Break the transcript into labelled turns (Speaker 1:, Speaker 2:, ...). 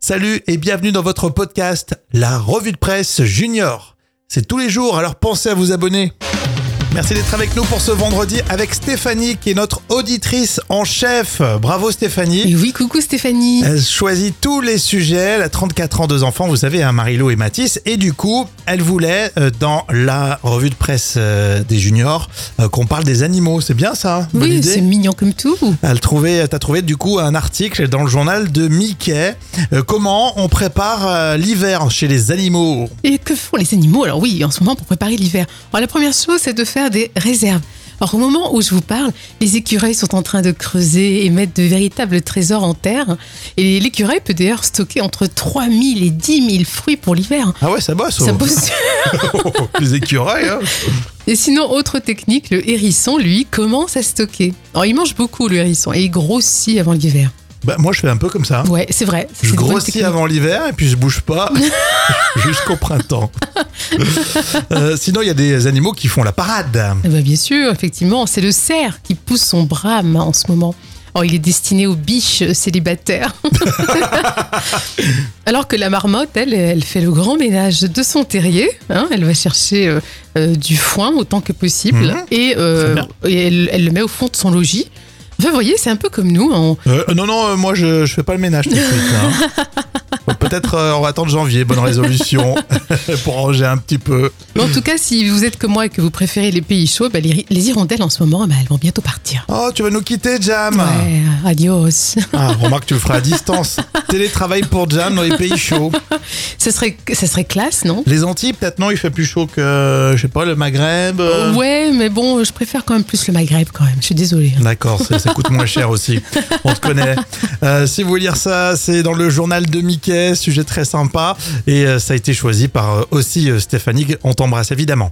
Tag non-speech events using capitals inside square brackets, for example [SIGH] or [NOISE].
Speaker 1: Salut et bienvenue dans votre podcast La Revue de Presse Junior. C'est tous les jours, alors pensez à vous abonner. Merci d'être avec nous pour ce vendredi avec Stéphanie qui est notre auditrice en chef. Bravo Stéphanie.
Speaker 2: Et oui, coucou Stéphanie.
Speaker 1: Elle choisit tous les sujets. Elle a 34 ans, deux enfants, vous savez, hein, Marie-Lou et Mathis. Et du coup, elle voulait, euh, dans la revue de presse euh, des juniors, euh, qu'on parle des animaux. C'est bien ça Bonne
Speaker 2: oui,
Speaker 1: idée
Speaker 2: c'est mignon comme tout.
Speaker 1: Elle trouvait, t'as trouvé du coup un article dans le journal de Mickey. Euh, comment on prépare euh, l'hiver chez les animaux
Speaker 2: Et que font les animaux Alors oui, en ce moment, pour préparer l'hiver. Alors la première chose, c'est de faire des réserves. Alors au moment où je vous parle, les écureuils sont en train de creuser et mettre de véritables trésors en terre. Et l'écureuil peut d'ailleurs stocker entre 3000 et 10 000 fruits pour l'hiver.
Speaker 1: Ah ouais, ça bosse.
Speaker 2: Ça
Speaker 1: oh.
Speaker 2: bosse.
Speaker 1: [LAUGHS] les écureuils. hein.
Speaker 2: Et sinon, autre technique, le hérisson, lui, commence à stocker. Alors il mange beaucoup, le hérisson, et il grossit avant l'hiver.
Speaker 1: Bah, moi, je fais un peu comme ça.
Speaker 2: Ouais, c'est vrai. ça,
Speaker 1: Je
Speaker 2: c'est une bonne
Speaker 1: grossis
Speaker 2: technique.
Speaker 1: avant l'hiver et puis je bouge
Speaker 2: [LAUGHS]
Speaker 1: pas [LAUGHS] jusqu'au printemps. Euh, sinon, il y a des animaux qui font la parade.
Speaker 2: Eh ben, bien sûr, effectivement, c'est le cerf qui pousse son brame en ce moment. Oh, il est destiné aux biches célibataires. [LAUGHS] Alors que la marmotte, elle, elle fait le grand ménage de son terrier. hein, elle va chercher euh, euh, du foin autant que possible
Speaker 1: Mhm.
Speaker 2: et, euh,
Speaker 1: Très
Speaker 2: et elle, elle le met au fond de son logis. Enfin, vous voyez, c'est un peu comme nous. hein. on-
Speaker 1: Euh, non, non, euh, moi, je, je fais pas le ménage tout de suite.
Speaker 2: [LAUGHS]
Speaker 1: hein. Bon, Peut-être euh, on va attendre janvier, bonne résolution, [LAUGHS] pour ranger un petit peu.
Speaker 2: Mais en tout cas, si vous êtes comme moi et que vous préférez les pays chauds, ben, les, les hirondelles en ce moment, ben, elles vont bientôt partir.
Speaker 1: Oh, tu vas nous quitter, Jam
Speaker 2: Ouais, adios.
Speaker 1: Ah, remarque, tu le feras à distance. Télétravail pour Jam dans les pays chauds.
Speaker 2: Ce serait, ce serait classe, non
Speaker 1: Les Antilles, peut-être non, il fait plus chaud que, je sais pas, le Maghreb. euh.
Speaker 2: Oh, Ouais, mais bon, je préfère quand même plus le Maghreb quand même. Je suis désolée.
Speaker 1: D'accord, ça, ça coûte moins cher aussi. On te connaît. Euh, si vous voulez lire ça, c'est dans le journal de Mickey, sujet très sympa. Et euh, ça a été choisi par euh, aussi euh, Stéphanie. On t'embrasse évidemment.